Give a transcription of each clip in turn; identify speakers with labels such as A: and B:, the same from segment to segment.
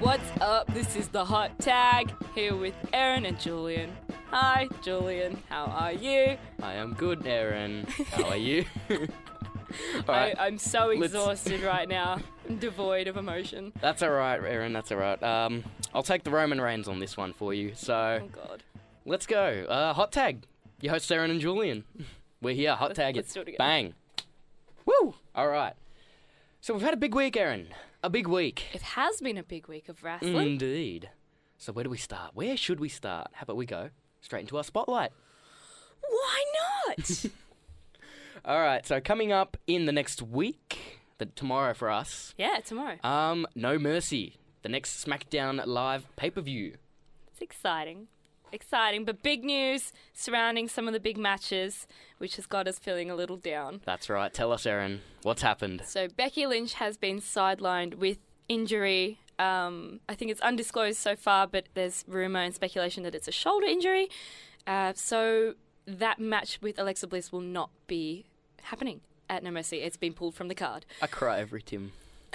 A: What's up? This is the Hot Tag here with Aaron and Julian. Hi, Julian. How are you?
B: I am good, Aaron. How are you? Alright,
A: I, I'm so
B: let's-
A: exhausted right now. I'm devoid of emotion.
B: that's all right, Aaron. That's all right. Um, I'll take the Roman reigns on this one for you.
A: Oh
B: So
A: God.
B: let's go. Uh, hot tag. Your hosts Aaron and Julian. We're here. Hot tag.
A: let's do it again.
B: Bang. Woo! All right. So we've had a big week, Aaron. A big week.
A: It has been a big week of
B: Mm.
A: wrestling.
B: Indeed. So where do we start? Where should we start? How about we go straight into our spotlight?
A: Why not?
B: All right. So coming up in the next week, the, tomorrow for us,
A: yeah, tomorrow.
B: Um, No Mercy, the next SmackDown Live pay per view.
A: It's exciting. Exciting, but big news surrounding some of the big matches, which has got us feeling a little down.
B: That's right. Tell us, Aaron, what's happened?
A: So Becky Lynch has been sidelined with injury. Um, I think it's undisclosed so far, but there's rumor and speculation that it's a shoulder injury. Uh, so that match with Alexa Bliss will not be happening at No Mercy. It's been pulled from the card.
B: I cry every Tim.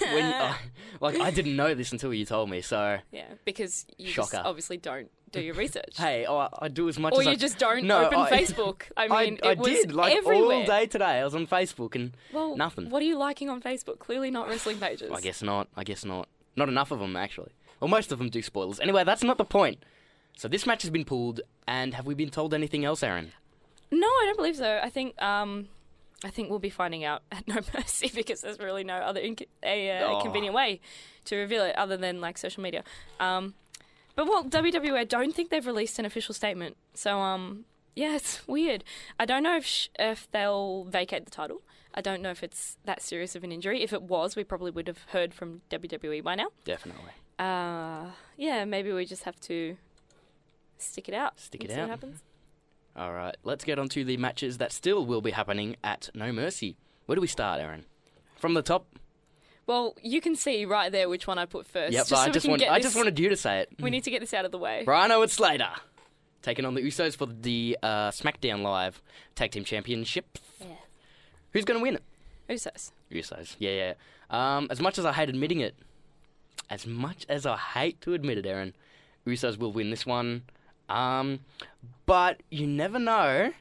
B: when you, I- like I didn't know this until you told me. So
A: Yeah, because you just
B: Shocker.
A: obviously don't do your research.
B: hey, I, I do as much.
A: or
B: as I,
A: you just don't
B: No,
A: open
B: I-
A: Facebook. I
B: I,
A: mean,
B: I
A: it was
B: did like
A: everywhere.
B: all day today. I was on Facebook and
A: Well,
B: nothing.
A: What are you liking on Facebook? Clearly not wrestling pages.
B: I guess not. I guess not. Not enough of them actually. Well, most of them do spoilers. Anyway, that's not the point. So this match has been pulled, and have we been told anything else, Aaron?
A: No, I don't believe so. I think um, I think we'll be finding out at No Mercy because there's really no other inc- a, uh,
B: Oh.
A: convenient way to reveal it other than like social media. Um, but well, WWE, I don't think they've released an official statement. So um, yeah, it's weird. I don't know if sh- if they'll vacate the title. I don't know if it's that serious of an injury. If it was, we probably would have heard from WWE by now.
B: Definitely.
A: Uh, yeah, maybe we just have to stick it out.
B: Stick
A: and
B: it
A: see What
B: out.
A: happens.
B: All right, let's get on to the matches that still will be happening at No Mercy. Where do we start, Aaron? From the top?
A: Well, you can see right there which one I put first.
B: Yep,
A: just
B: but
A: so
B: I,
A: we
B: just
A: can
B: want,
A: get
B: I
A: this-
B: just wanted you to say it.
A: We need to get this out of the way.
B: Rhino and Slater taking on the Usos for the uh, SmackDown Live Tag Team Championship.
A: Yeah.
B: Who's going to win it?
A: Usos.
B: Usos. Yeah, yeah. Um, as much as I hate admitting it, as much as I hate to admit it, Aaron, Usos will win this one. Um, but you never know.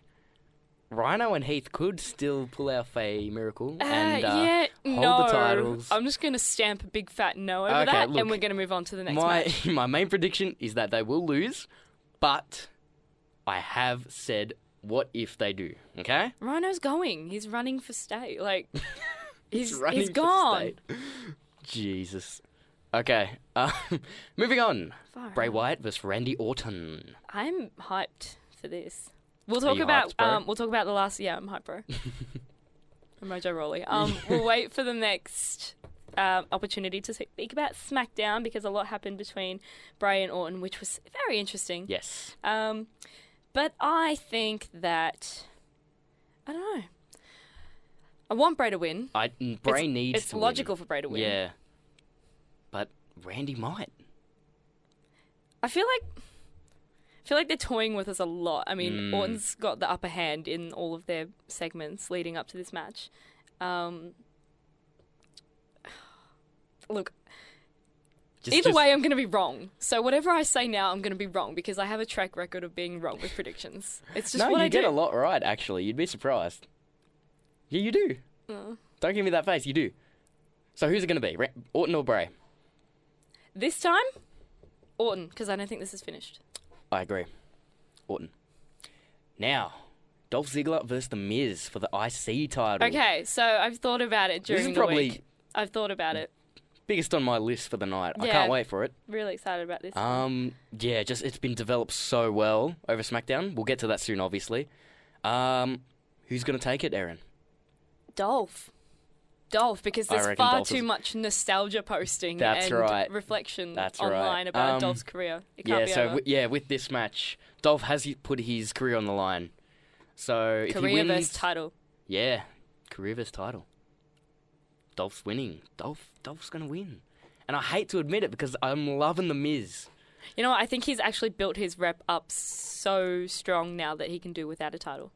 B: Rhino and Heath could still pull off a miracle and uh,
A: yeah,
B: hold
A: no.
B: the titles.
A: I'm just going to stamp a big fat no over
B: Okay,
A: that,
B: look.
A: and we're going to move on to the next
B: my
A: match.
B: my main prediction is that they will lose, but I have said what if they do. Okay,
A: Rhino's going. He's running for state. Like, he's,
B: running
A: he's
B: for
A: gone.
B: state. Jesus. Okay, uh, moving on.
A: Far
B: Bray
A: out.
B: Wyatt versus Randy Orton.
A: I'm hyped for this. We'll talk
B: you
A: about
B: hyped, bro?
A: um, we'll talk about the last yeah I'm hyped bro. I'm Mojo Rawley. Um, we'll wait for the next um, opportunity to speak about SmackDown because a lot happened between Bray and Orton, which was very interesting.
B: Yes.
A: Um, but I think that I don't know. I want Bray to win.
B: I n- Bray
A: it's,
B: needs.
A: It's
B: to win.
A: logical for Bray to win.
B: Yeah. But Randy might.
A: I feel like I feel like they're toying with us a lot. I mean,
B: Mm.
A: Orton's got the upper hand in all of their segments leading up to this match. Um, look,
B: Just,
A: either
B: just-
A: way, I'm going to be wrong. So whatever I say now, I'm going to be wrong because I have a track record of being wrong with predictions. It's just
B: no,
A: what
B: you
A: I
B: get
A: do.
B: a lot right. Actually, you'd be surprised. Yeah, you do.
A: Mm.
B: Don't give me that face. You do. So who's it going to be, Ra- Orton or Bray?
A: This time, Orton, because I don't think this is finished.
B: I agree. Orton. Now, Dolph Ziggler versus The Miz for the IC title.
A: Okay, so I've thought about it during
B: This is
A: the
B: probably
A: week. I've thought about it.
B: biggest on my list for the night. I
A: Yeah.
B: can't wait for it.
A: Really excited about this.
B: Um, yeah, just it's been developed so well over SmackDown. We'll get to that soon, obviously. Um, who's gonna take it, Aaron?
A: Dolph. Dolph, because
B: I
A: there's
B: reckon
A: far
B: Dolph
A: too
B: is-
A: much nostalgia posting
B: That's
A: and
B: right.
A: reflection
B: That's right.
A: online about
B: Um,
A: Dolph's career. It can't
B: Yeah,
A: be
B: so
A: over.
B: w- yeah, with this match, Dolph has he- put his career on the line. So if he
A: career
B: wins,
A: versus title.
B: yeah, career versus title. Dolph's winning. Dolph, Dolph's gonna win, and I hate to admit it because I'm loving the Miz.
A: You know, what? I think he's actually built his rep up so strong now that he can do without a title.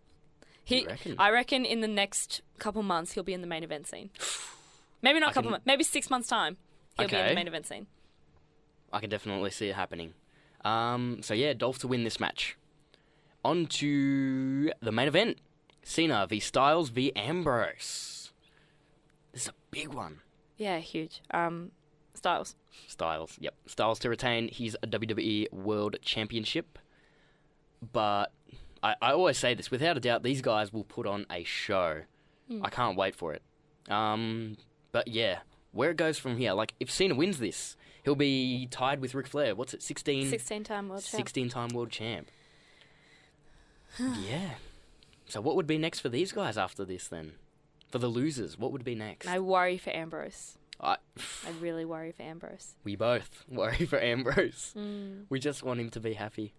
A: He,
B: You reckon?
A: I reckon in the next couple months he'll be in the main event scene. Maybe not a couple
B: can-
A: months, maybe six months time. He'll be in the
B: Okay.
A: main event scene.
B: I can definitely see it happening. Um, so yeah, Dolph to win this match. On to the main event: Cena v Styles v Ambrose. This is a big one.
A: Yeah, huge. Um, Styles.
B: Styles, yep, Styles to retain his WWE World Championship. But I, I always say this without a doubt: these guys will put on a show.
A: Hmm.
B: I can't wait for it. Um, but yeah, where it goes from here, like if Cena wins this, he'll be tied with Ric Flair. What's it, 16?
A: 16 time world champ.
B: 16 time world champ. yeah. So, what would be next for these guys after this then? For the losers, what would be next?
A: I worry for Ambrose.
B: I,
A: I really worry for Ambrose.
B: we both worry for Ambrose.
A: Mm.
B: We just want him to be happy.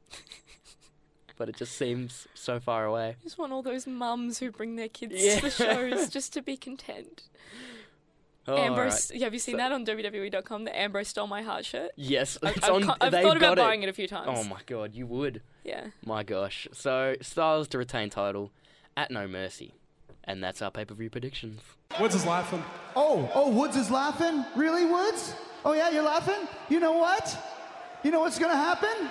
B: but it just seems so far away.
A: I just want all those mums who bring their kids
B: Yeah.
A: to the shows just to be content.
B: Oh,
A: Ambrose, have you seen
B: So-
A: that on WWE.com? The Ambrose stole my heart shirt.
B: Yes,
A: I've,
B: it's
A: I've
B: on,
A: co- I've
B: they've
A: thought about
B: got it.
A: buying it a few times.
B: Oh my god, you would.
A: Yeah.
B: My gosh. So, Styles to retain title at No Mercy. And that's our pay per view predictions.
C: Woods is laughing.
D: Oh, oh, Woods is laughing? Really, Woods? Oh, yeah, you're laughing? You know what? You know what's gonna happen?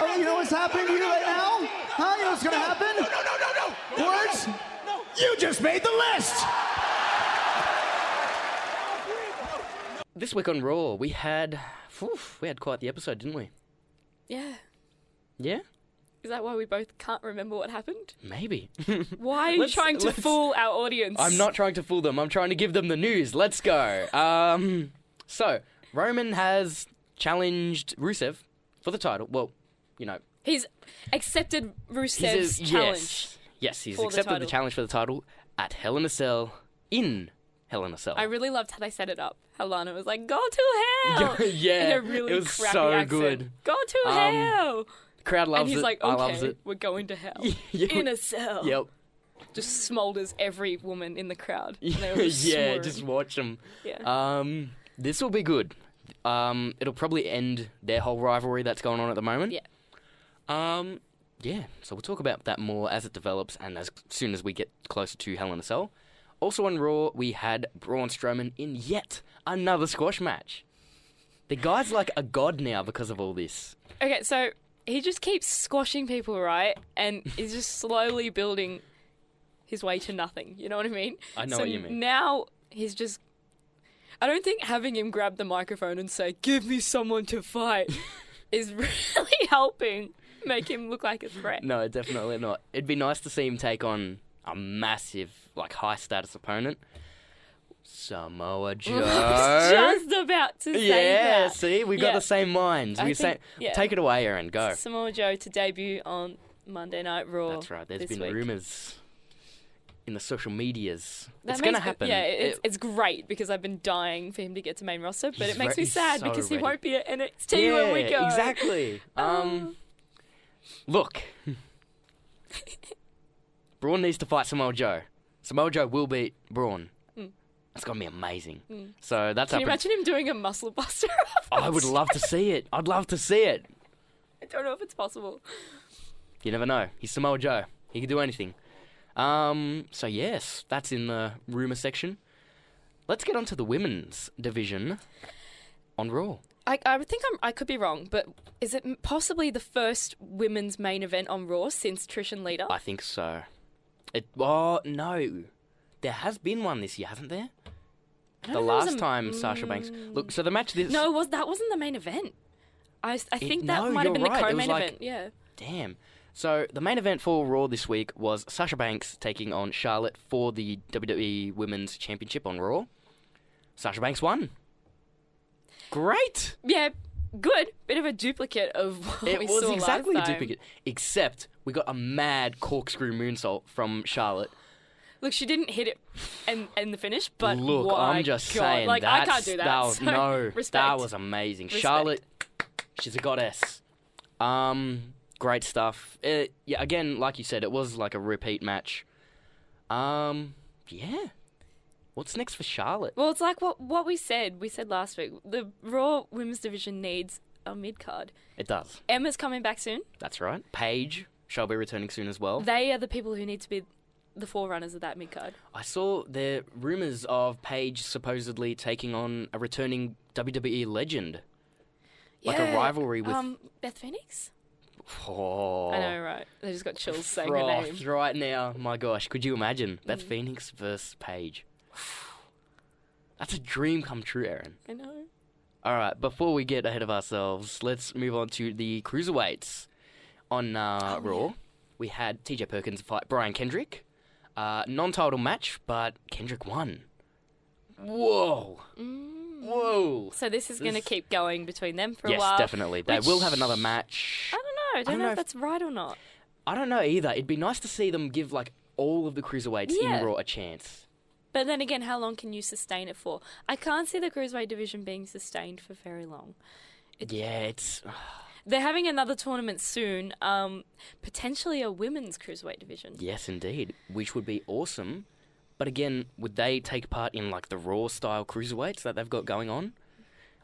D: Oh, you know what's happening to you right now? Huh? You know what's gonna happen?
C: No, no, no, no!
D: Woods? You just made the list!
B: This week on Raw, we had. Phew, we had quite the episode, didn't we?
A: Yeah.
B: Yeah?
A: Is that why we both can't remember what happened?
B: Maybe.
A: Why are you
B: Let's-
A: trying to
B: let's-
A: fool our audience?
B: I'm not trying to fool them. I'm trying to give them the news. Let's go. Um, so Roman has challenged Rusev for the title. Well, you know,
A: He's accepted
B: he's
A: Rusev's
B: a-
A: challenge.
B: Yes, yes, he's
A: for the
B: accepted the,
A: title.
B: challenge for the title at Hell in a Cell in Hell in a Cell.
A: I really loved how they set it up. How Lana was like, "Go to hell!"
B: Yeah,
A: in a really
B: it was
A: crappy
B: so
A: accent.
B: good.
A: Go to
B: Um,
A: hell,
B: Crowd loves
A: and he's
B: it.
A: like,
B: I loves
A: "Okay,
B: it.
A: we're going to hell
B: Yeah.
A: in a cell."
B: Yep.
A: Just smolders every woman in the crowd. And they all just
B: yeah,
A: swoon.
B: just watch them.
A: yeah.
B: Um, this will be good. Um, it'll probably end their whole rivalry that's going on at the moment.
A: Yeah.
B: Um, yeah. So we'll talk about that more as it develops and as soon as we get closer to Hell in a Cell. Also on Raw, we had Braun Strowman in yet another squash match. The guy's like a god now because of all this.
A: Okay, so he just keeps squashing people, right? And he's just slowly building his way to nothing. You know what I mean?
B: I know
A: so
B: what you mean.
A: Now he's just. I don't think having him grab the microphone and say, give me someone to fight, is really helping make him look like a threat.
B: No, definitely not. It'd be nice to see him take on a massive, like, high status opponent. Samoa Joe.
A: I was just about to say
B: Yeah,
A: that.
B: see, we got
A: Yeah.
B: the same minds.
A: I
B: We say,
A: think- yeah.
B: take it away, Aaron. Go.
A: Samoa Joe to debut on Monday Night Raw.
B: That's right. There's
A: this
B: been
A: week.
B: rumors in the social medias.
A: That
B: it's going to
A: makes me-
B: happen.
A: Yeah, it's,
B: It-
A: it's great because I've been dying for him to get to main roster, but
B: He's
A: it makes
B: re-
A: me
B: he's
A: sad
B: so
A: because
B: ready.
A: he won't be at NXT when we
B: Yeah,
A: go. Oh.
B: Exactly. um, look, Braun needs to fight Samoa Joe. Samoa Joe will beat Braun. That's going to be amazing. So that's
A: Hmm. Can you
B: our
A: imagine him doing a muscle buster?
B: predict- I would love to see it. I'd love to see it.
A: I don't know if it's possible.
B: You never know. He's Samoa Joe. He can do anything. Um, so yes, that's in the rumor section. Let's get on to the women's division on Raw.
A: I, I would think I'm, I could be wrong, but is it m- possibly the first women's main event on Raw since Trish and Lita?
B: I think so. It oh no. There has been one this year, hasn't there?
A: know if
B: The
A: there was
B: last
A: a-
B: time Sasha Banks Look, so the match this
A: no, it was that wasn't the main event. I, s- I think that
B: no,
A: might have been
B: you're right. It
A: the
B: was
A: co-main
B: like-
A: event. Yeah,
B: Damn. So the main event for Raw this week was Sasha Banks taking on Charlotte for the WWE Women's Championship on Raw. Sasha Banks won. Great.
A: yeah, good. Bit of a duplicate of what
B: It
A: we
B: was
A: saw
B: exactly a
A: last time.
B: duplicate, except we got a mad corkscrew moonsault from Charlotte.
A: Look, she didn't hit it and and the finish, but
B: Look,
A: my
B: I'm just
A: God,
B: saying
A: like I
B: that's-
A: can't do that.
B: was,
A: so,
B: no,
A: respect.
B: that was amazing. Charlotte, she's a goddess. Um, great stuff. It, yeah, again, like you said, it was like a repeat match. Um, yeah. What's next for Charlotte?
A: well, it's like what what we said. We said last week the Raw Women's Division needs a mid card.
B: It does.
A: Emma's coming back soon.
B: That's right. Paige shall be returning soon as well.
A: They are the people who need to be the forerunners of that mid card.
B: I saw the rumors of Paige supposedly taking on a returning WWE E legend. Like a
A: Yeah,
B: rivalry with.
A: um, Beth Phoenix.
B: oh,
A: I know, right? I just got chills saying her name. Mm.
B: froth right now. My gosh, could you imagine Beth Phoenix versus Paige? That's a dream come true, Aaron.
A: I know.
B: All right, before we get ahead of ourselves, let's move on to the cruiserweights. On
A: Oh,
B: uh, Raw, we had TJ Perkins fight Brian Kendrick. Uh, non-title match, but Kendrick won. Whoa!
A: Mm.
B: Whoa!
A: So this is going to
B: This-
A: keep going between them for a
B: Yes,
A: while.
B: definitely. They
A: which-
B: will have another match.
A: I don't know. I don't,
B: don't
A: know,
B: know
A: if
B: if-
A: that's right or not.
B: I don't know either. It'd be nice to see them give like all of the cruiserweights
A: Yeah.
B: in Raw a chance.
A: But then again, how long can you sustain it for? I can't see the cruiserweight division being sustained for very long.
B: Yeah, it's
A: They're having another tournament soon, um, potentially a women's cruiserweight division.
B: yes, indeed, which would be awesome. But again, would they take part in like the Raw style cruiserweights that they've got going on?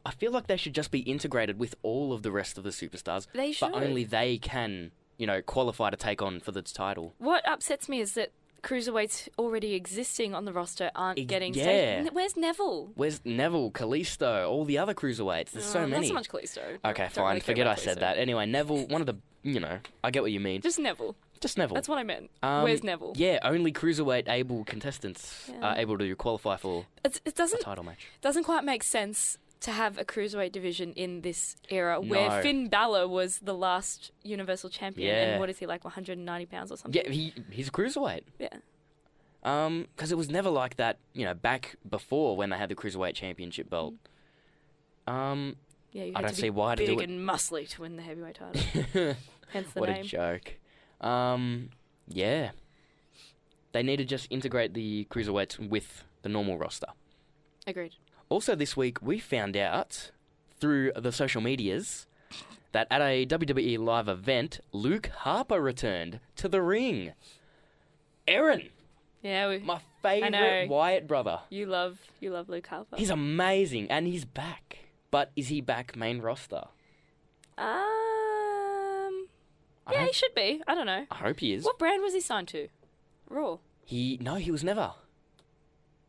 B: I feel like they should just be integrated with all of the rest of the superstars.
A: They should.
B: but only they can, you know, qualify to take on for the title.
A: What upsets me is that cruiserweights already existing on the roster aren't
B: Ex-
A: getting.
B: yeah.
A: stage- N- Where's Neville?
B: Where's Neville, Kalisto, all the other cruiserweights? There's so
A: Uh, Not
B: many.
A: so much Kalisto. Don't
B: okay,
A: really
B: fine.
A: care
B: Forget I
A: about Kalisto.
B: said that. Anyway, Neville, one of the, you know, I get what you mean.
A: Just
B: Just,
A: Neville.
B: Neville.
A: That's what I meant.
B: Um,
A: Where's Neville?
B: Yeah, only cruiserweight able contestants are
A: Yeah.
B: able to qualify for
A: It's, it
B: a
A: doesn't
B: title match.
A: doesn't quite make sense to have a cruiserweight division in this era
B: No.
A: where Finn Balor was the last Universal Champion,
B: Yeah.
A: and what is he like, 190 pounds or something?
B: Yeah, he he's a cruiserweight.
A: Yeah.
B: Um, because it was never like that, you know, back before when they had the cruiserweight championship belt.
A: Mm.
B: Um,
A: Yeah, you
B: I
A: had
B: don't
A: to be
B: see why to
A: big
B: do it.
A: and muscly to win the heavyweight title. Hence the
B: what
A: name.
B: a joke. Um, yeah, they need to just integrate the cruiserweights with the normal roster.
A: Agreed.
B: Also, this week we found out through the social medias that at a WWE live event, Luke Harper returned to the ring. Aaron,
A: Yeah, we,
B: my
A: know.
B: favorite Wyatt brother.
A: you love you love Luke Harper.
B: He's amazing and he's back. But is he back main roster?
A: um,
B: I,
A: yeah, he
B: hope,
A: should be. I don't know.
B: I hope he is.
A: What brand was he signed to? Raw.
B: He no, he was never.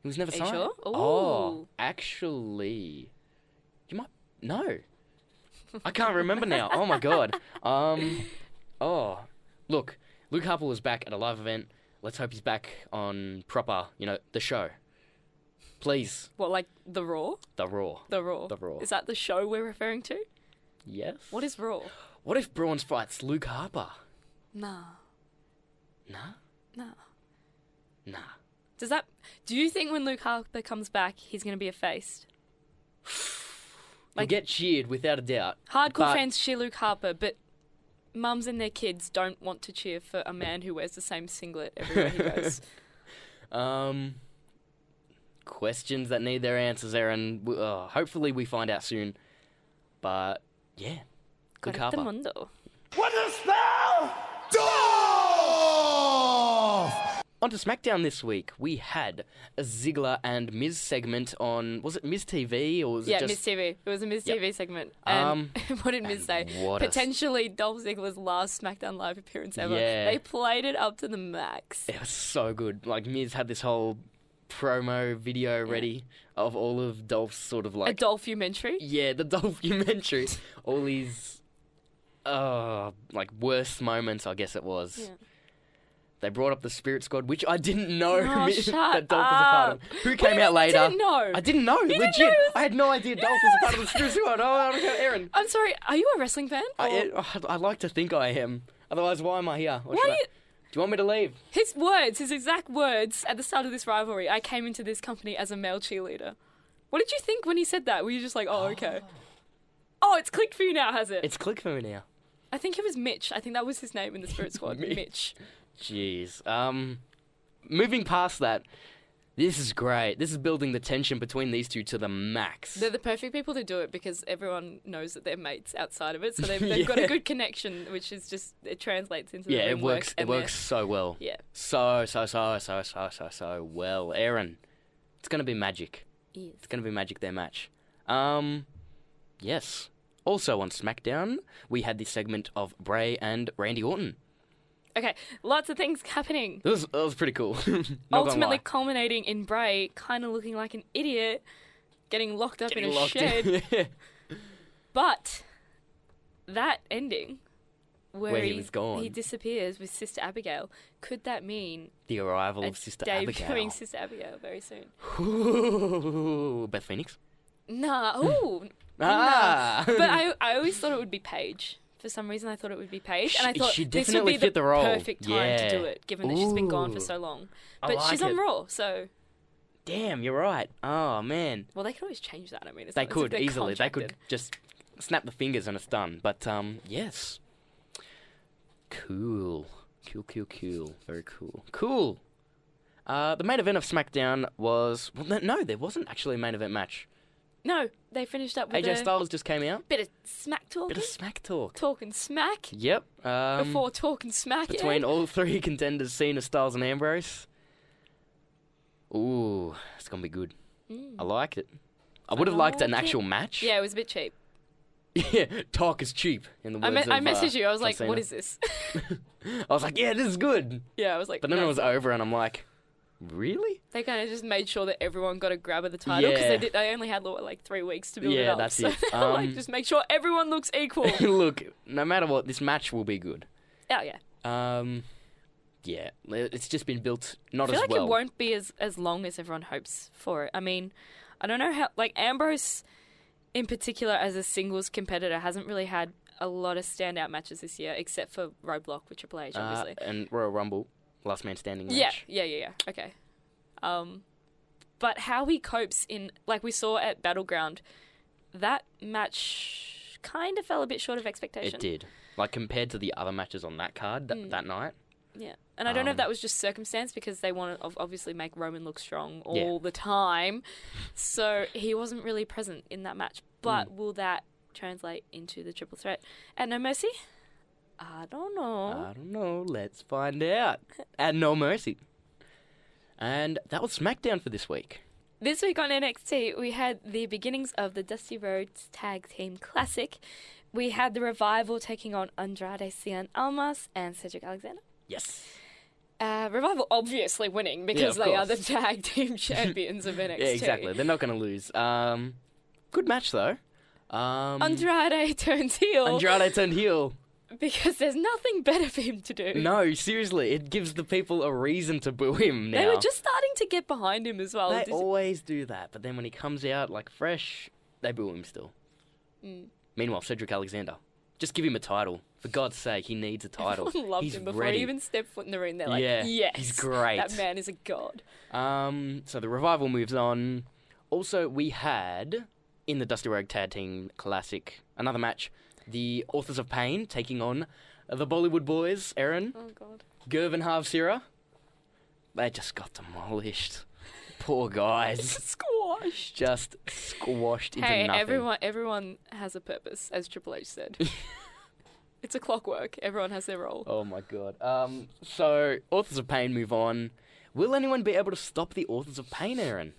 B: He was never
A: Are you
B: signed.
A: sure?
B: Oh,
A: Ooh.
B: actually, you might no. I can't remember now. Oh my god. Um, oh, look, Luke Harper was back at a live event. Let's hope he's back on proper, you know, the show. Please,
A: What, like the Raw?
B: the Raw.
A: The Raw.
B: The Raw.
A: Is that the show we're referring to?
B: Yes.
A: What is Raw?
B: What if Braun fights Luke Harper?
A: Nah,
B: Nah,
A: nah.
B: nah.
A: Does that? Do you think when Luke Harper comes back, he's going to be effaced?
B: Like,
A: Like-
B: get cheered without a doubt.
A: Hardcore
B: But-
A: fans cheer Luke Harper, but mums and their kids don't want to cheer for a man who wears the same singlet everywhere he goes.
B: Um, questions that need their answers, Aaron. W- Uh, hopefully, we find out soon. But yeah, Luke
A: Correcto
B: Harper.
A: mundo.
C: What a spell!
B: On to SmackDown this week. We had a Ziggler and Miz segment on was it Miz TV or was
A: Yeah,
B: it
A: Miss
B: just
A: TV. It was a Miss
B: Yep. Um,
A: TV segment. And what did Miss say?
B: and what a s-
A: Potentially Dolph Ziggler's last SmackDown Live appearance ever.
B: Yeah.
A: They played it up to the max.
B: it was so good. Like Miz had this whole promo video ready of all of Dolph's sort of
A: A
B: like
A: dolphumentary.
B: yeah the documentary, all these uh like worst moments I guess it was.
A: Yeah.
B: They brought up the Spirit Squad, which I didn't know
A: Oh,
B: that
A: shut
B: Dolph was a part of.
A: up.
B: Who
A: What
B: came
A: do you
B: out
A: mean you
B: later?
A: didn't know?
B: I didn't know.
A: didn't
B: legit.
A: know he was-
B: I had no idea Dolph was a part of the Spirit Squad. Oh, I don't know, Aaron.
A: I'm sorry, are you a wrestling fan?
B: I,
A: Or-
B: I, I like to think I am. Otherwise, why am I here? Or
A: Why
B: should
A: are
B: I-
A: you-
B: Do you want me to leave?
A: His words, his exact words at the start of this rivalry, I came into this company as a male cheerleader. What did you think when he said that? Were you just like, oh, okay. Oh, it's clicked for you now, has it?
B: It's click for me now.
A: I think it was Mitch. I think that was his name in the Spirit Squad.
B: Mitch.
A: Mitch.
B: Jeez. Um, moving past that, this is great. This is building the tension between these two to the max.
A: They're the perfect people to do it because everyone knows that they're mates outside of it, so they've, they've got
B: Yeah.
A: a good connection, which is just it translates into the
B: yeah,
A: ring
B: it works.
A: work
B: It
A: and their-
B: works so well.
A: Yeah.
B: So so so so so so so well, Aaron. It's gonna be magic. It's gonna be magic their match. Um, yes. Also on SmackDown, we had this segment of Bray and Randy Orton.
A: Okay, lots of things happening.
B: That was, that was pretty cool. Not gonna
A: ultimately
B: lie.
A: culminating in Bray kind of looking like an idiot, getting locked up in a
B: Getting locked
A: shed.
B: in.
A: but that ending where,
B: Where he
A: he
B: was gone.
A: he disappears with Sister Abigail, could that mean
B: The arrival of
A: it's
B: Sister
A: debuting
B: Abigail.
A: Sister Abigail very soon?
B: Ooh, Beth Phoenix.
A: Nah, ooh,
B: Ah,
A: but I, I always thought it would be Paige. For some reason, I thought it would be Paige, and I
B: She-
A: thought
B: she
A: this would
B: definitely
A: be the,
B: fit the role.
A: perfect time
B: Yeah.
A: to do it, given that she's been gone for
B: Ooh.
A: so long.
B: I
A: But
B: like
A: she's
B: it.
A: on Raw, so
B: damn, you're right. Oh man,
A: well, they could always change that. I mean, it's
B: they
A: not as if
B: could
A: they're
B: easily. They could
A: contracted.
B: just snap the fingers and it's done. But um, yes, cool, cool, cool, cool, very cool, cool. Uh, the main event of SmackDown was well, no- no, there wasn't actually a main event match.
A: No, they finished up with
B: AJ
A: a
B: Styles just came out.
A: bit of smack talking,
B: Bit of smack talk.
A: talking smack
B: Yep. Um,
A: before talking smack
B: between
A: it.
B: all three contenders, Cena, Styles, and Ambrose. Ooh, it's gonna be good. I like it. I would have liked an
A: Mm. like it.
B: actual match.
A: Yeah, it was a bit cheap.
B: yeah. Talk is cheap. In the words
A: I, me- I
B: of,
A: messaged
B: uh,
A: you. I was
B: John
A: like, "What
B: Cena.
A: is this?"
B: I was like, yeah, this is good.
A: yeah, I was like,
B: But then it
A: "No."
B: was over, and I'm like, really?
A: They kind of just made sure that everyone got a grab of the title because
B: Yeah.
A: they, did- they only had lo- like three weeks to build it
B: Yeah,
A: up.
B: that's
A: so
B: it.
A: they were like,
B: Um,
A: just make sure everyone looks equal. oh
B: Look, no matter what, this match will be good.
A: yeah,
B: Um, yeah, it's just been built not
A: I feel
B: as
A: like
B: well.
A: it won't be as as long as everyone hopes for it. I mean, I don't know how like Ambrose, in particular, as a singles competitor, hasn't really had a lot of standout matches this year, except for Roadblock with Triple H,
B: Uh,
A: obviously.
B: and Royal Rumble, Last Man Standing match.
A: Yeah, yeah, yeah, yeah. Okay. Um, but how he copes in, like we saw at Battleground, that match kind of fell a bit short of expectation.
B: it did. Like compared to the other matches on that card
A: Hmm.
B: th- that night.
A: Yeah, and I don't know
B: Um,
A: if that was just circumstance because they want to obviously make Roman look strong all
B: Yeah.
A: the time, so he wasn't really present in that match. But
B: Mm.
A: will that translate into the triple threat at No Mercy? I don't know.
B: I don't know. Let's find out. And No Mercy. And that was SmackDown for this week.
A: This week on NXT, we had the beginnings of the Dusty Rhodes Tag Team Classic. We had the Revival taking on Andrade Cien Almas and Cedric Alexander.
B: Yes.
A: Uh, Revival obviously winning because
B: of
A: they are the
B: course.
A: tag team champions of NXT.
B: Yeah, exactly. They're not going to lose. Um, good match though. Um,
A: Andrade turns heel
B: Andrade turned heel.
A: because there's nothing better for him to do.
B: No, seriously, it gives the people a reason to boo him now.
A: They were just starting to get behind him as well.
B: They
A: Did you-
B: always do that, but then when he comes out like fresh, they boo him still.
A: Mm.
B: Meanwhile, Cedric Alexander, just give him a title. For God's sake, he needs a title.
A: Everyone loved
B: He's
A: him before
B: ready.
A: he even stepped foot in the ring. They're like,
B: Yeah, he's
A: yes,
B: great."
A: That man is a god.
B: Um, so the revival moves on. Also, we had in the Dusty Rogue Tag Team Classic another match. The Authors of Pain taking on the Bollywood Boys, Aaron,
A: Oh god.
B: Gerv, and Harv Sira. They just got demolished. Poor guys.
A: Squash.
B: just squashed into
A: Hey,
B: nothing.
A: everyone everyone has a purpose, as Triple H said. it's a clockwork. Everyone has their role.
B: Oh my god. Um, so, Authors of Pain move on. Will anyone be able to stop the Authors of Pain, Aaron?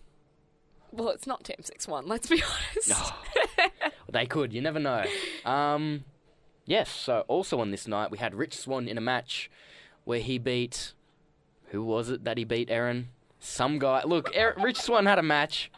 A: Well, it's not Tam Six One. Let's be honest.
B: They could. You never know. Um, yes. So also on this night we had Rich Swan in a match where he beat. Who was it that he beat? Aaron. Some guy. Look, Er Rich Swan had a match.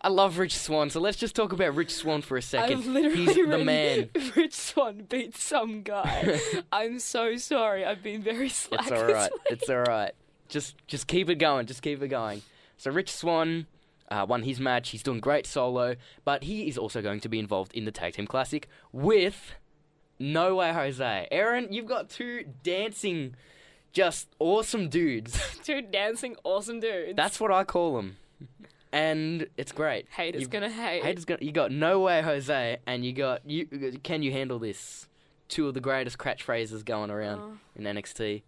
B: I love Rich Swan. So let's just talk about Rich Swan for a second.
A: I've literally
B: He's the
A: written,
B: man.
A: Rich Swan beat some guy. I'm so sorry. I've been very slack.
B: It's all
A: this
B: right.
A: week.
B: It's all right. Just just keep it going. Just keep it going. So Rich Swan uh, won his match. He's doing great solo, but he is also going to be involved in the Tag Team Classic with No Way Jose. Aaron, you've got two dancing, just awesome dudes.
A: Two dancing awesome dudes.
B: That's what I call them, and it's great.
A: Haters
B: You've-
A: gonna hate.
B: Haters gonna. You got No Way Jose, and you got you. Can you handle this? Two of the greatest catchphrases going around
A: Oh.
B: in NXT.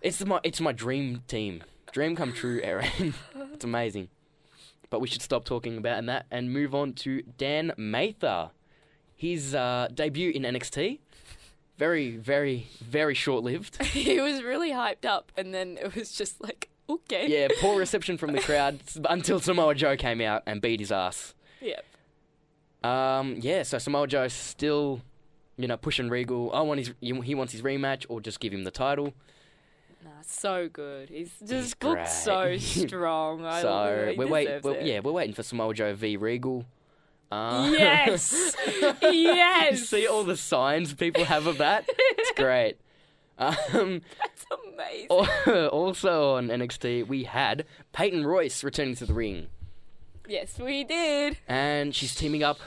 B: It's my it's my dream team, dream come true, Aaron. it's amazing. But we should stop talking about that and move on to Dan Mather. His uh, debut in NXT, very very very short lived.
A: he was really hyped up, and then it was just like, okay.
B: Yeah, poor reception from the crowd s- until Samoa Joe came out and beat his ass.
A: Yep.
B: Um, yeah, so Samoa Joe's still, you know, pushing Regal. I want his, he wants his rematch, or just give him the title.
A: Nah, so good. He's just
B: He's
A: booked
B: great.
A: so strong. I
B: so
A: love it. He
B: we're waiting.
A: deserves
B: Well,
A: it.
B: yeah, we're waiting for Samoa Joe v Regal. Uh,
A: Yes.
B: you
A: yes.
B: see all the signs people have of that? It's great. Um,
A: That's amazing.
B: oh. al- also on NXT, we had Peyton Royce returning to the ring,
A: Yes, we did.
B: and she's teaming up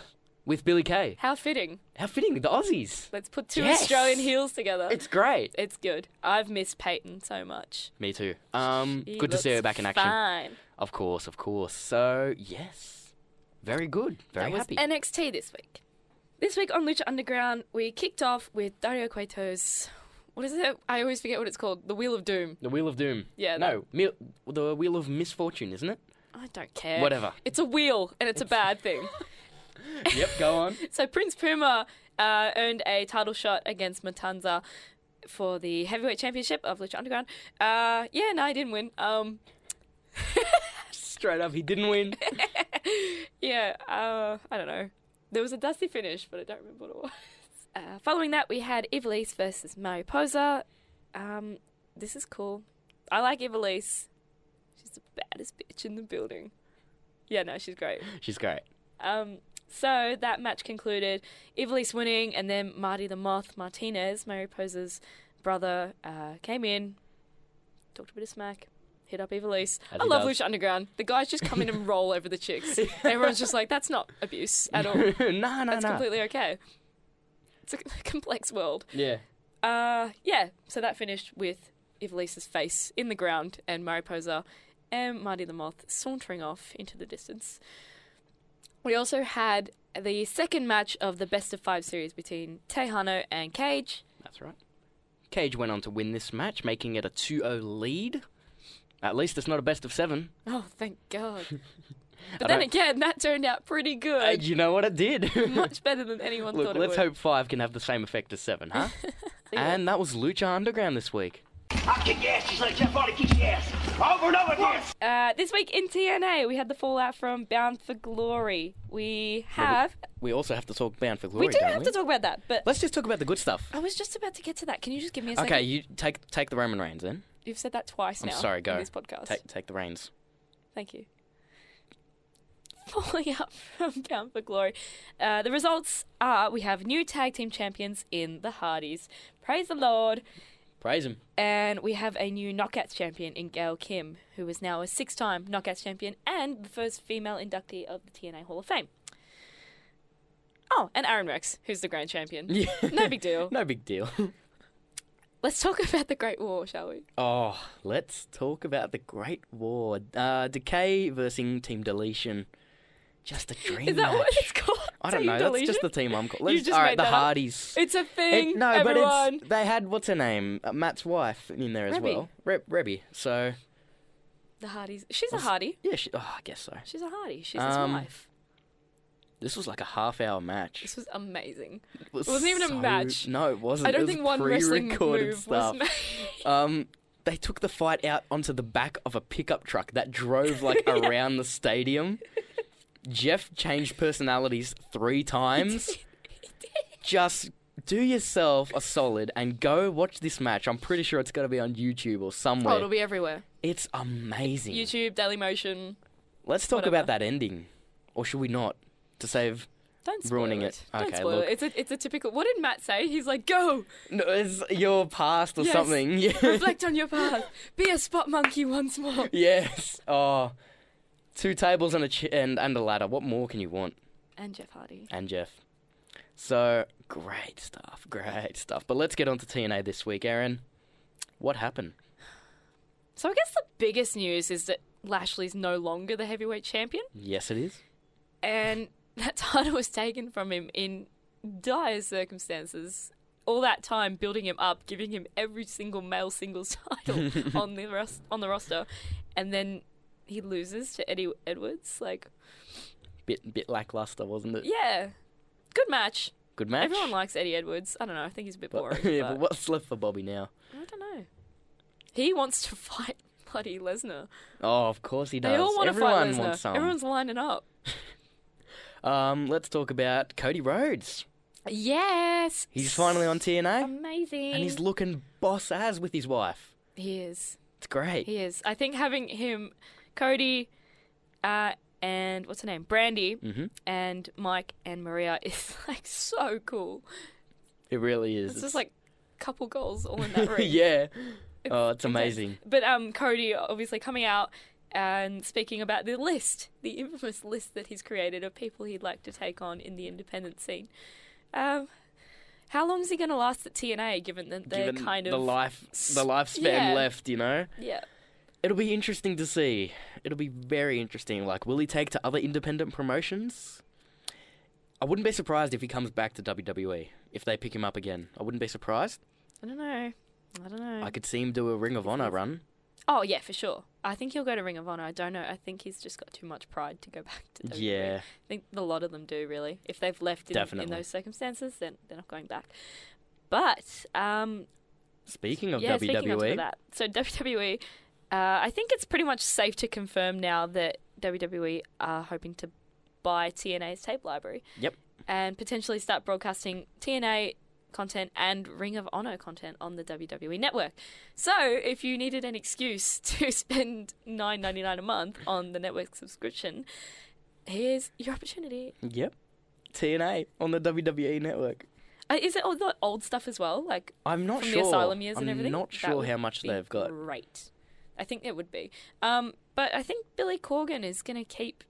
B: with Billy Kay.
A: How fitting.
B: How fitting with the Aussies.
A: Let's put two
B: Yes.
A: Australian heels together.
B: It's great.
A: It's good. I've missed Peyton so much.
B: Me too. Um,
A: He
B: good to see
A: looks
B: her back in action.
A: Fine.
B: Of course, of course. So yes, very good. Very
A: That was
B: happy.
A: NXT this week. This week on Lucha Underground, we kicked off with Dario Cueto's. What is it? I always forget what it's called. The Wheel of Doom.
B: the Wheel of Doom.
A: Yeah,
B: No, mi- the Wheel of Misfortune, isn't it?
A: I don't care.
B: Whatever.
A: It's a wheel, and it's a bad thing.
B: yep. Go on.
A: So Prince Puma uh, earned a title shot against Matanza for the heavyweight championship of Lucha Underground. Uh, yeah, no, he didn't win. Um,
B: Straight up, he didn't win.
A: yeah, uh, I don't know. There was a dusty finish, but I don't remember what it was. Uh, following that, we had Ivelisse versus Mariposa. Um, this is cool. I like Ivelisse. She's the baddest bitch in the building. Yeah, no, she's great.
B: She's great.
A: Um, so that match concluded, Ivelisse winning, and then Marty the Moth Martinez, Mariposa's brother, uh, came in, talked a bit of smack, hit up Ivelisse.
B: As
A: I
B: he
A: love
B: does.
A: Lucha Underground. The guys just come in and roll over the chicks. Everyone's just like, that's not abuse at all.
B: no, no,
A: That's
B: no.
A: completely okay. It's a complex world.
B: Yeah.
A: Uh, yeah, so that finished with Ivelisse's face in the ground and Mariposa and Marty the Moth sauntering off into the distance. We also had the second match of the best of five series between Tejano and Cage.
B: That's right. Cage went on to win this match, making it a 2 0 lead. At least it's not a best of seven.
A: Oh, thank God. But
B: I
A: then
B: don't-
A: again, that turned out pretty
B: Uh,
A: good.
B: you know what it did.
A: Much better than anyone
B: Look,
A: thought it
B: let's
A: would.
B: hope five can have the same effect as seven, huh? and that was Lucha Underground this week.
C: I'll kick your ass just like Jeff Hardy kicks your ass. Over and over again.
A: Uh, this week in TNA, we had the fallout from Bound for Glory. We have.
B: We also have to talk Bound for Glory.
A: We do
B: don't
A: have to talk about that, but
B: Let's just talk about the good stuff.
A: I was just about to get to that. Can you just give me a second?
B: Okay, you take take the Roman Reigns then.
A: You've said that twice
B: I'm
A: now.
B: sorry, go.
A: On this podcast.
B: Take take the reins.
A: Thank you. Falling out from Bound for Glory. Uh, the results are we have new tag team champions in the Hardys. Praise the Lord.
B: Praise him.
A: And we have a new Knockouts champion in Gail Kim, who is now a six time Knockouts champion and the first female inductee of the TNA Hall of Fame. Oh, and Aaron Rex, who's the grand champion. No big deal.
B: no big deal.
A: Let's talk about the Great War, shall we?
B: Oh, let's talk about the Great War. Uh, Decay versus Team Deletion. Just a dream
A: Is that
B: match.
A: what it's called?
B: I don't
A: Team
B: know.
A: Deletion?
B: That's just the team I'm calling.
A: You
B: Let's-
A: just
B: all right,
A: made
B: the
A: that up.
B: Hardys.
A: It's a
B: It-
A: thing.
B: no,
A: everyone.
B: but it's they had what's her name, uh, Matt's wife, in there as
A: Rebby.
B: well. Reb, Rebby. So
A: The Hardys. She's a Hardy.
B: yeah, she, oh, I guess so.
A: She's a Hardy. She's his
B: Um,
A: wife.
B: This was like a half-hour match.
A: This was amazing.
B: It, was
A: wasn't even a
B: so-
A: match.
B: No, it wasn't.
A: I
B: It
A: don't
B: was
A: think one wrestling
B: pre-recorded
A: move
B: stuff.
A: was made.
B: Um, they took the fight out onto the back of a pickup truck that drove like around the stadium. Jeff changed personalities three times. Just do yourself a solid and go watch this match. I'm pretty sure it's going to be on YouTube or
A: Oh,
B: somewhere.
A: it'll be everywhere.
B: it's amazing.
A: YouTube, Daily Motion.
B: Let's talk
A: whatever.
B: about that ending, or should we not? To save,
A: Don't spoil
B: Ruining
A: it.
B: it.
A: Don't
B: Okay,
A: spoil
B: look.
A: it. It's a, it's a typical. What did Matt say? He's like, go,
B: no, it's your past or
A: Yes.
B: something. Yeah.
A: reflect on your past, be a spot monkey once more.
B: yes. Oh, two tables and a ch- and, and a ladder. What more can you want?
A: And Jeff Hardy.
B: and Jeff. So great stuff, great stuff. But let's get on to TNA this week, Aaron. What happened?
A: So I guess the biggest news is that Lashley's no longer the heavyweight champion,
B: Yes, it is.
A: and that title was taken from him in dire circumstances. All that time building him up, giving him every single male singles title on the ros- on the roster, and then he loses to Eddie Edwards. Like,
B: Bit bit lackluster, wasn't it?
A: yeah, good match.
B: Good match.
A: Everyone likes Eddie Edwards. I don't know. I think he's a bit boring.
B: But, yeah, but
A: but
B: what's left for Bobby now?
A: I don't know. He wants to fight bloody Lesnar.
B: Oh, of course he does.
A: They all want to fight
B: Everyone
A: Lesnar.
B: wants some.
A: Everyone's lining up.
B: Um, let's talk about Cody Rhodes.
A: Yes.
B: He's finally on TNA,
A: Amazing.
B: and he's looking boss ass with his wife.
A: he is.
B: It's great.
A: He is. I think having him, Cody, uh, and what's her name? Brandy
B: Mm-hmm.
A: and Mike and Maria is like so cool.
B: It really is.
A: It's, just like couple goals all in that ring.
B: yeah. Oh, it's amazing.
A: But um, Cody obviously coming out and speaking about the list, the infamous list that he's created of people he'd like to take on in the independent scene. Um, how long is he going to last at TNA, given that they're
B: Given
A: kind of
B: the life, the lifespan
A: yeah.
B: left, you know.
A: yeah,
B: It'll be interesting to see. It'll be very interesting. Like, will he take to other independent promotions? I wouldn't be surprised if he comes back to WWE if they pick him up again. I wouldn't be surprised.
A: I don't know, I don't know.
B: I could see him do a Ring of Honor run.
A: oh yeah, for sure. I think he'll go to Ring of Honor. I don't know. I think he's just got too much pride to go back to. WWE.
B: Yeah,
A: I think a lot of them do really. If they've left in, in
B: Definitely.
A: those circumstances, then they're not going back. But um,
B: Speaking of E,
A: yeah, speaking of
B: WWE,
A: that, so WWE, uh, I think it's pretty much safe to confirm now that WWE are hoping to buy TNA's tape library
B: yep,
A: and potentially start broadcasting TNA content and Ring of Honor content on the WWE network. So, if you needed an excuse to spend nine ninety nine a month on the network subscription, here's your opportunity.
B: yep, TNA on the WWE network.
A: Uh, is it all the old stuff as well? Like
B: I'm not
A: from
B: sure.
A: the asylum years
B: I'm
A: and everything.
B: not
A: That
B: sure
A: would
B: how much
A: be
B: they've got.
A: Great, I think it would be. Um, but I think Billy Corgan is going to keep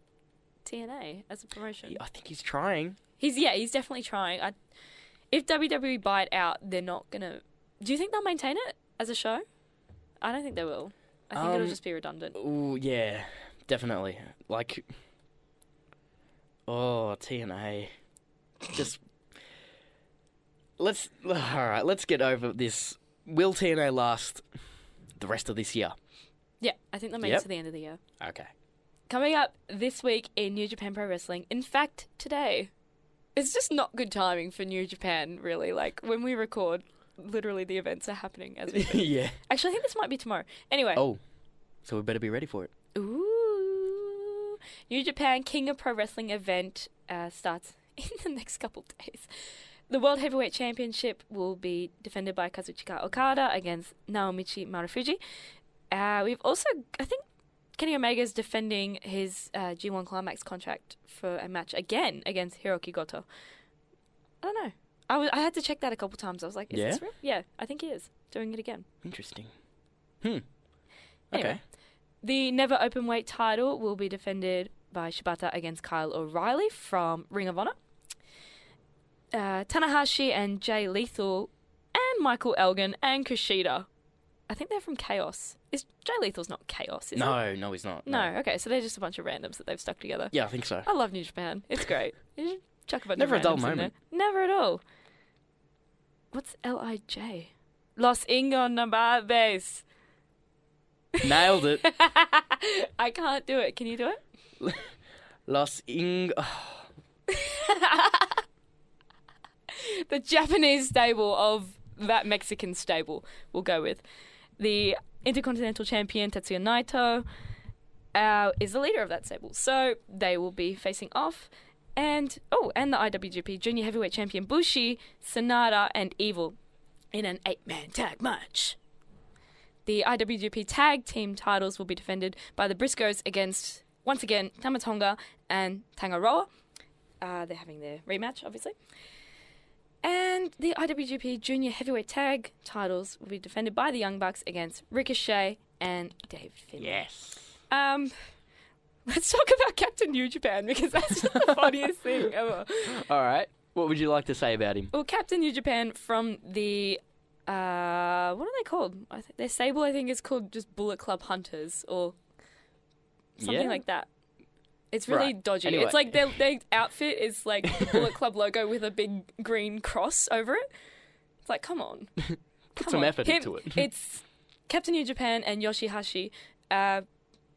A: TNA as a promotion.
B: I think he's trying.
A: He's yeah, he's definitely trying. I, if WWE buy it out, they're not going to. Do you think they'll maintain it as a show? I don't think they will. I think it'll
B: Um,
A: just be redundant.
B: Ooh, yeah, definitely. Like, oh, TNA. Just let's. All right, let's get over this. Will TNA last the rest of this year?
A: Yeah, I think they'll make
B: Yep.
A: it to the end of the year.
B: Okay.
A: Coming up this week in New Japan Pro Wrestling, in fact, today, it's just not good timing for New Japan, really. Like, when we record, literally the events are happening as we speak.
B: yeah.
A: Actually, I think this might be tomorrow. Anyway.
B: Oh, so we better be ready for it.
A: Ooh. New Japan King of Pro Wrestling event uh, starts in the next couple of days. The World Heavyweight Championship will be defended by Kazuchika Okada against Naomichi Marufuji. Uh, we've also, I think, Kenny Omega is defending his uh, G1 Climax contract for a match again against Hiroki Goto. I don't know. I was- I had to check that a couple times. I was like, is
B: Yeah?
A: this real? Yeah, I think he is doing it again.
B: Interesting. Hmm.
A: Anyway.
B: Okay.
A: The never open weight title will be defended by Shibata against Kyle O'Reilly from Ring of Honor. Uh, Tanahashi and Jay Lethal and Michael Elgin and Kushida. I think they're from Chaos. Is Jay Lethal's not Chaos, is it?
B: No, no, he's not.
A: No, okay, so they're just a bunch of randoms that they've stuck together.
B: Yeah, I think so.
A: I love New Japan. It's great. You should chuck a bunch
B: Never
A: of
B: a dull
A: randoms in there.
B: moment.
A: Never at all. What's L I J? Los Ingonabates.
B: Nailed it.
A: I can't do it. Can you do it?
B: Los Ing.
A: the Japanese stable of that Mexican stable, we'll go with. The Intercontinental Champion Tetsuya Naito uh, is the leader of that stable. So they will be facing off. And, oh, and the IWGP Junior Heavyweight Champion Bushi, Sonata, and Evil in an eight man tag match. The IWGP Tag Team titles will be defended by the Briscoes against, once again, Tamatonga and Tangaroa. Uh, they're having their rematch, obviously. And the IWGP Junior Heavyweight Tag titles will be defended by the Young Bucks against Ricochet and Dave Finlay.
B: Yes.
A: Um, let's talk about Captain New Japan because that's just the funniest thing ever.
B: All right. What would you like to say about him?
A: Well, Captain New Japan from the uh, what are they called? I th- their stable, I think, is called just Bullet Club Hunters or something
B: Yeah.
A: like that. It's really
B: Right.
A: dodgy.
B: Anyway.
A: It's like their, their outfit is like the Bullet Club logo with a big green cross over it. It's like, come on. Put
B: some effort into it.
A: it's Captain New Japan and Yoshihashi, uh,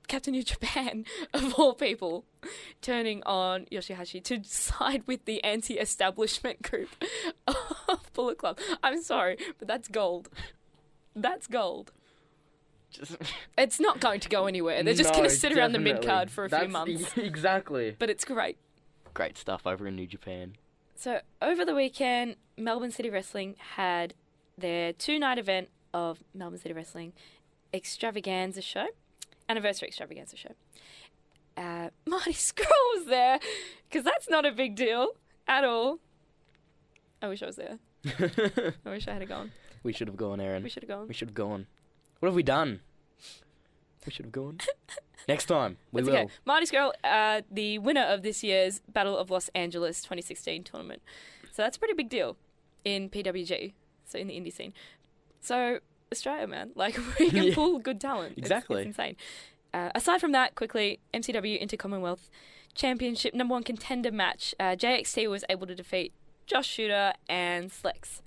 A: Captain New Japan of all people, turning on Yoshihashi to side with the anti establishment group of Bullet Club. I'm sorry, but that's gold. That's gold.
B: Just,
A: It's not going to go anywhere. They're just going to sit around the mid card for a few months.
B: Exactly.
A: But it's great.
B: Great stuff over in New Japan.
A: So over the weekend, Melbourne City Wrestling had their two-night event of Melbourne City Wrestling Extravaganza Show, anniversary Extravaganza Show. Uh, Marty Skrull was there, because that's not a big deal at all. I wish I was there. I wish I had gone.
B: we should have gone, Aaron.
A: We should have gone.
B: We should have gone. What have we done? We should have gone. Next time we
A: That's
B: will.
A: okay. Marty Skrull, uh, the winner of this year's Battle of Los Angeles 2016 tournament. So that's a pretty big deal in PWG, so in the indie scene. So Australia, man, like we can
B: Yeah.
A: pull good talent. It's-
B: Exactly.
A: it's insane. Uh, aside from that, quickly, MCW Inter Commonwealth Championship number one contender match. Uh, JXT was able to defeat Josh Shooter and Slex.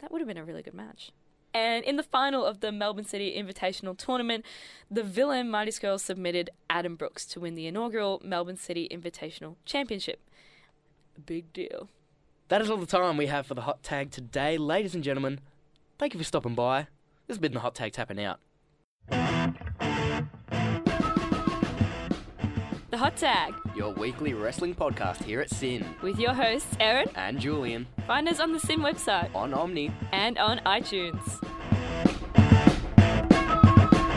A: That would have been a really good match. And in the final of the Melbourne City Invitational Tournament, the villain Mighty Girl submitted Adam Brooks to win the inaugural Melbourne City Invitational Championship. A big deal.
B: That is all the time we have for the hot tag today, ladies and gentlemen. Thank you for stopping by. This has been the hot tag tapping out.
A: The Hot Tag
B: Your weekly wrestling podcast here at Sin
A: with your hosts, Aaron.
B: and Julian
A: Find us on the Sin website
B: on Omni.
A: and on iTunes.